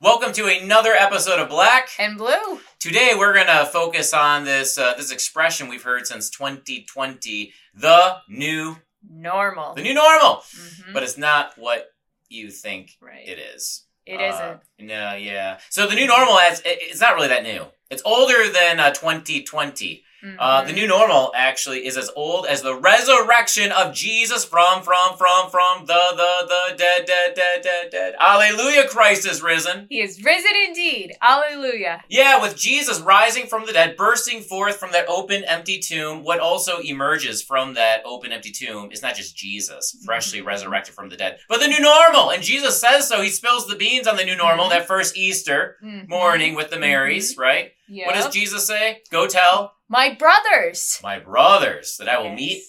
Welcome to another episode of Black. And blue. Today we're gonna focus on this uh, this expression we've heard since 2020, the new Normal. the new normal. Mhm. But it's not what you think right. it is. It Uh, isn't. No, yeah. So the new normal has it, it's not really that new. It's older than uh, 2020. Uh, the Mhm. new normal actually is as old as the resurrection of Jesus from from from from the the the dead dead dead dead dead. Alleluia! Christ is risen. He is risen indeed. Alleluia. Yeah, with Jesus rising from the dead, bursting forth from that open, empty tomb, what also emerges from that open, empty tomb is not just Jesus, freshly Mhm. resurrected from the dead, but the new normal. And Jesus says so. He spills the beans on the new normal Mhm. that first Easter Mhm. morning with the Marys, right? Mm-hmm. Yep. What does Jesus say? Go tell My brothers. my brothers that I will Yes. meet.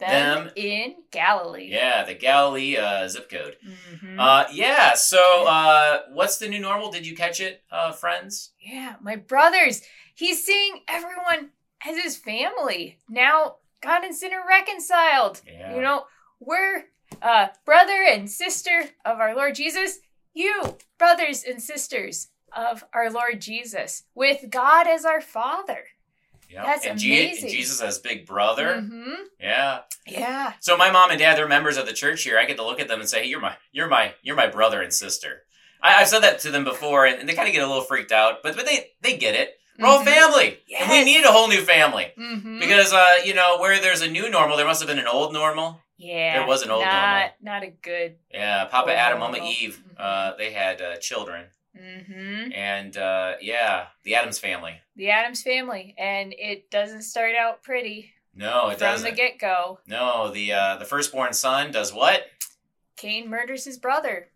them, them. in Galilee. Yeah, the Galilee uh, zip code. Mhm. Uh, yeah, so uh, what's the new normal? Did you catch it, uh, friends? yeah, my brothers. He's seeing everyone as his family. Now, God and sinner reconciled. Yeah. You know, we're uh, brother and sister of our Lord Jesus. You, brothers and sisters of our Lord Jesus, with God as our Father. Yeah. that's and, Je- and amazing. Jesus as big brother. hmm Yeah. Yeah. So my mom and dad, they're members of the church here. I get to look at them and say, "Hey, you're my, you're my, you're my brother and sister." I, I've said that to them before, and, and they kind of get a little freaked out, but but they they get it. We're all family, and we Mm-hmm. Yes. need a whole new family Mm-hmm. because uh, you know where there's a new normal, there must have been an old normal. yeah, there was an old not, Not a good. Yeah, Papa Old Adam, Mama normal. Mm-hmm. Eve, uh, they had uh, children, hmm and uh, yeah, the Adams family. The Adams family, and it doesn't start out pretty No, it from the doesn't. get go. no, the uh, the firstborn son does what? Cain murders his brother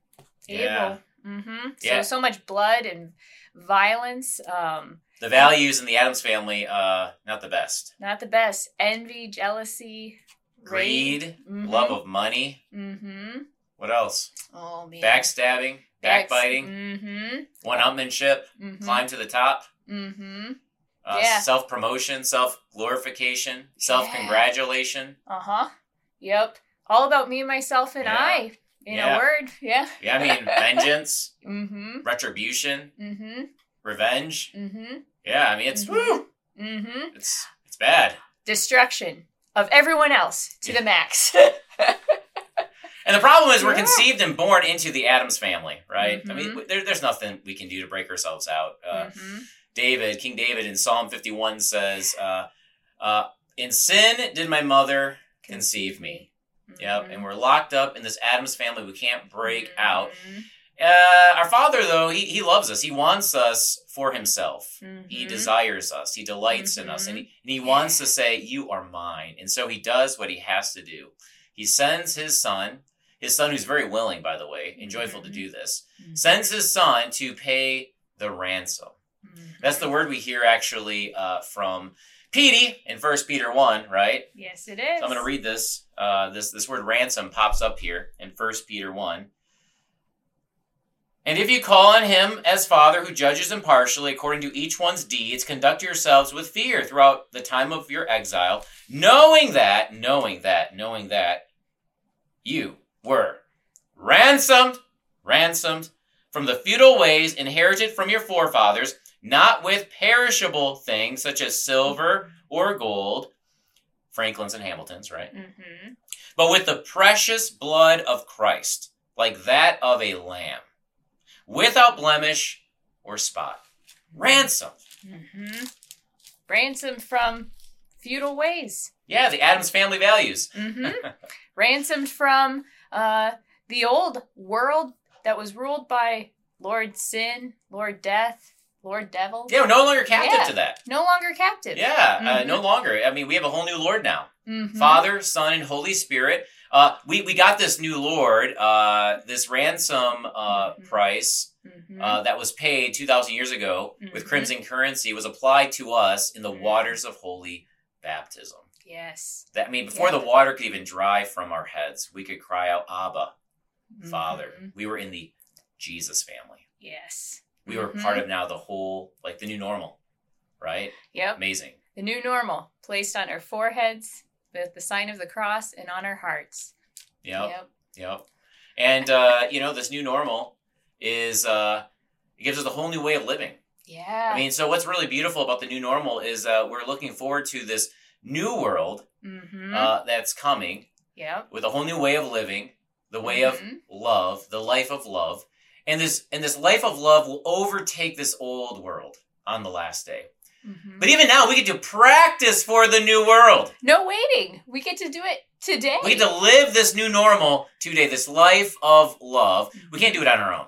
Yeah. Abel. Mm-hmm. Yeah. So so much blood and violence. Um, The values in the Adams family, uh, not the best. not the best. Envy, jealousy, Greed, love of money. Mm-hmm. What else? Oh man. Backstabbing, backbiting, Mm-hmm. one upmanship, climb to the top, Mm-hmm. uh, Yeah. self promotion, self glorification, self congratulation. Uh huh. Yep. All about me, myself, and Yeah. I. In Yeah. a word. Yeah. Yeah, I mean, vengeance, Mm-hmm. retribution, Mm-hmm. revenge. Mm-hmm. Yeah, I mean, it's Mhm. Mm-hmm. it's it's bad. Destruction of everyone else to Yeah. the max. And the problem is, we're Yeah. conceived and born into the Adams family, right? I Mhm. mean, w- there, there's nothing we can do to break ourselves out. Uh, Mhm. David, King David in Psalm 51 says, uh, uh, In sin did my mother conceive me. Yep, Mhm. and we're locked up in this Adams family. We can't break out. Mhm. Uh, our father, though, he, he loves us. He wants us for himself. He Mhm. desires us. He delights in us, and he, and he wants to say, "You are mine." And so he does what he has to do. He sends his son, his son who's very willing, by the way, and joyful to Mhm. do this. Mhm. Sends his son to pay the ransom. That's the word we hear actually uh, from Petey in First Peter one, right? Yes, it is. So I'm going to read this. Uh, this this word ransom pops up here in First Peter one. And if you call on him as Father who judges impartially according to each one's deeds, conduct yourselves with fear throughout the time of your exile, knowing that, knowing that, knowing that you were ransomed, ransomed from the feudal ways inherited from your forefathers, not with perishable things such as silver or gold, Franklin's and Hamilton's, right? Mm-hmm. but with the precious blood of Christ, like that of a lamb, without blemish or spot. Ransom. Mm-hmm. Ransom from feudal ways. Yeah, the Adams family values. Mm-hmm. Ransomed from uh, the old world that was ruled by Lord Sin, Lord Death, Lord Devil. Yeah, we're no longer captive Yeah. to that. No longer captive. Yeah, uh, Mhm. no longer. I mean, we have a whole new Lord now. Mhm. Father, Son, and Holy Spirit. Uh, we, we got this new Lord, uh, this ransom uh, Mhm. price Mhm. uh, that was paid 2,000 years ago with Mhm. crimson currency was applied to us in the Mhm. waters of holy baptism. yes. That I mean, before Yeah. the water could even dry from our heads, we could cry out, "Abba, Father." Mhm. We were in the Jesus family. Yes. We were Mhm. part of now the whole, like the new normal, right? Yep. Amazing. The new normal placed on our foreheads with the sign of the cross and on our hearts. Yep, yep. And uh, you know, this new normal is uh, It gives us a whole new way of living. Yeah. I mean, so what's really beautiful about the new normal is uh, we're looking forward to this new world mm-hmm. uh, that's coming yep. with a whole new way of living, the way of Mhm. love, the life of love, and this and this life of love will overtake this old world on the last day. Mhm. But even now, we get to practice for the new world. no waiting. We get to do it today. We get to live this new normal today, this life of love. We Mm-hmm. can't do it on our own.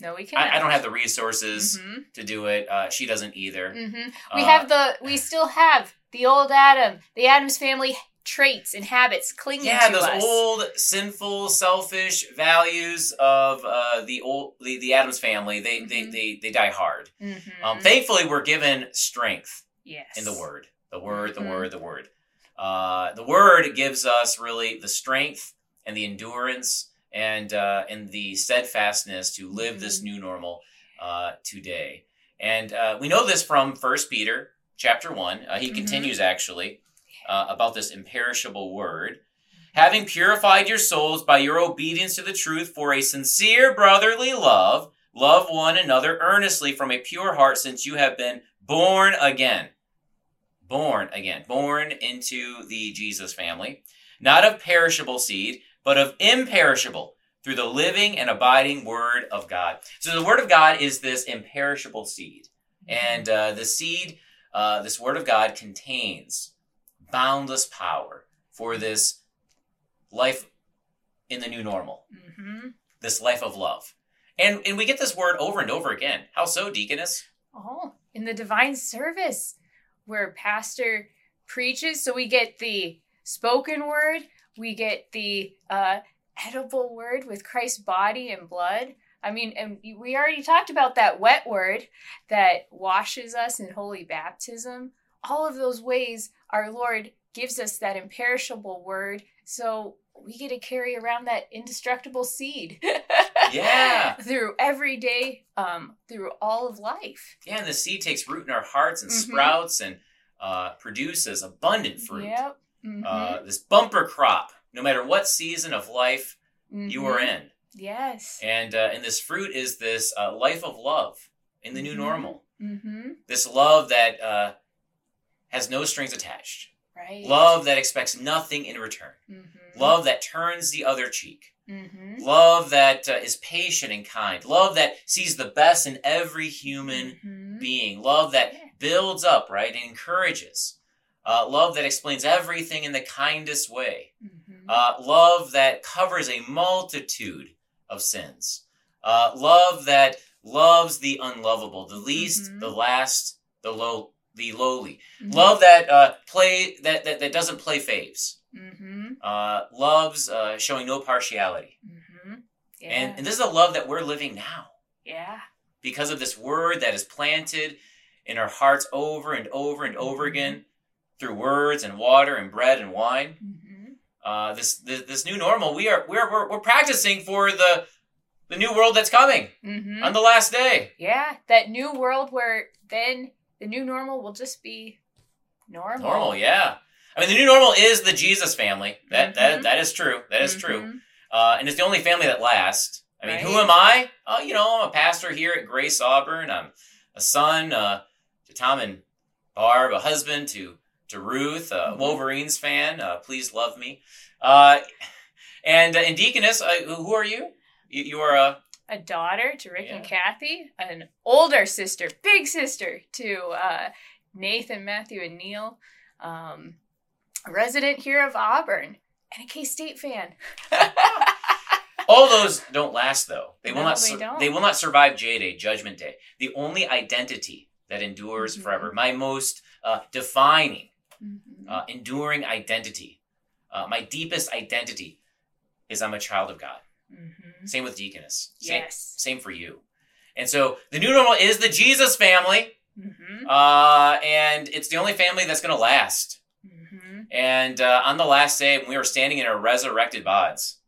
no, we can't. I, I don't have the resources Mhm. to do it. Uh, she doesn't either. Mhm. We Uh, have the. We still have the old Adam, the Adam's family traits and habits clinging yeah to those us. old sinful, selfish values of uh, the old the, the Adams family. They, they Mhm. they they die hard. Mhm. Um, thankfully, we're given strength yes. in the word. The word, the Mhm. word, the word. Uh, the word gives us really the strength and the endurance and uh, and the steadfastness to live this Mhm. new normal uh, today. And uh, we know this from First Peter chapter one. Uh, he Mhm. continues actually uh, about this imperishable word. Having purified your souls by your obedience to the truth for a sincere brotherly love, love one another earnestly from a pure heart, since you have been born again born again, born into the Jesus family, not of perishable seed, but of imperishable through the living and abiding word of God. So the word of God is this imperishable seed. Mm-hmm. And uh, the seed, uh, this word of God contains boundless power for this life in the new normal, Mhm. this life of love. And, and we get this word over and over again. How so, deaconess? Oh, in the divine service where pastor preaches. So we get the spoken word, we get the uh, edible word with Christ's body and blood. I mean, and we already talked about that wet word that washes us in holy baptism. All of those ways our Lord gives us that imperishable word. So we get to carry around that indestructible seed. Yeah. through every day, um, through all of life. Yeah, and the seed takes root in our hearts and Mhm. sprouts and uh, produces abundant fruit. Yep. Mhm. Uh, this bumper crop, no matter what season of life you are Mhm. in, Yes. and uh, and this fruit is this uh, life of love in the new Mhm. normal. Mm-hmm. This love that uh, has no strings attached, Right. love that expects nothing in return, Mm-hmm. love that turns the other cheek, Mm-hmm. love that uh, is patient and kind, love that sees the best in every human Mhm. being, love that Yeah. builds up, right, and encourages, uh, love that explains everything in the kindest way, Mhm. uh, love that covers a multitude of sins, uh, love that loves the unlovable, the least, Mhm. the last, the low, the lowly, Mhm. love that uh, play that, that that doesn't play faves, Mhm. uh, loves uh, showing no partiality, Mhm. Yeah. and, and this is a love that we're living now. yeah. because of this word that is planted in our hearts over and over and over again through words and water and bread and wine. Mm-hmm. Uh, this, this this new normal we are we're we're, we're practicing for the the new world that's coming Mm-hmm. on the last day. yeah. That new world where then the new normal will just be normal. Normal, yeah. I mean, the new normal is the Jesus family. That Mm-hmm. that that is true. That is true. Mhm. Uh, and it's the only family that lasts. I mean, who Right. am I? Uh, you know, I'm a pastor here at Grace Auburn. I'm a son uh, to Tom and Barb, a husband to to Ruth, a Mhm. Wolverines fan. Uh, please love me. Uh, and uh, and deaconess, uh, who are you? You, you are a A daughter to Rick and Yeah. Kathy, an older sister, big sister to uh, Nathan, Matthew, and Neil, um, a resident here of Auburn, and a K State fan. all those don't last though. They will No, not. they sur- don't. will not survive J Day, Judgment Day. The only identity that endures Mhm. forever. My most uh, defining Mhm. uh, enduring identity. Uh, my deepest identity is I'm a child of God. Mhm. Same with deaconess. Same, Yes. same for you. And so the new normal is the Jesus family, Mm-hmm. uh, and it's the only family that's going to last. Mm-hmm. And uh, on the last day, when we are standing in our resurrected bodies,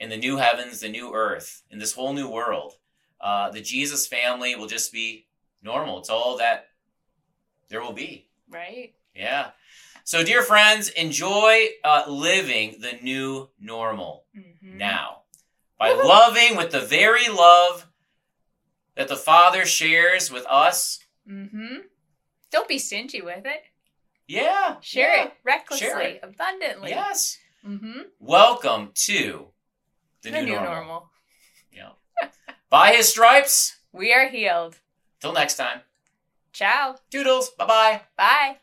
in the new heavens, the new earth, in this whole new world, uh, the Jesus family will just be normal. It's all that there will be. Right. Yeah. So, dear friends, enjoy uh, living the new normal Mm-hmm. now by Woohoo. loving with the very love that the Father shares with us. Mm-hmm. Don't be stingy with it. Yeah. Share yeah, it recklessly, it. abundantly. Yes. Mm-hmm. Welcome to the, new, normal. By his stripes. We are healed. Till next time. Ciao. Doodles. Bye bye. Bye.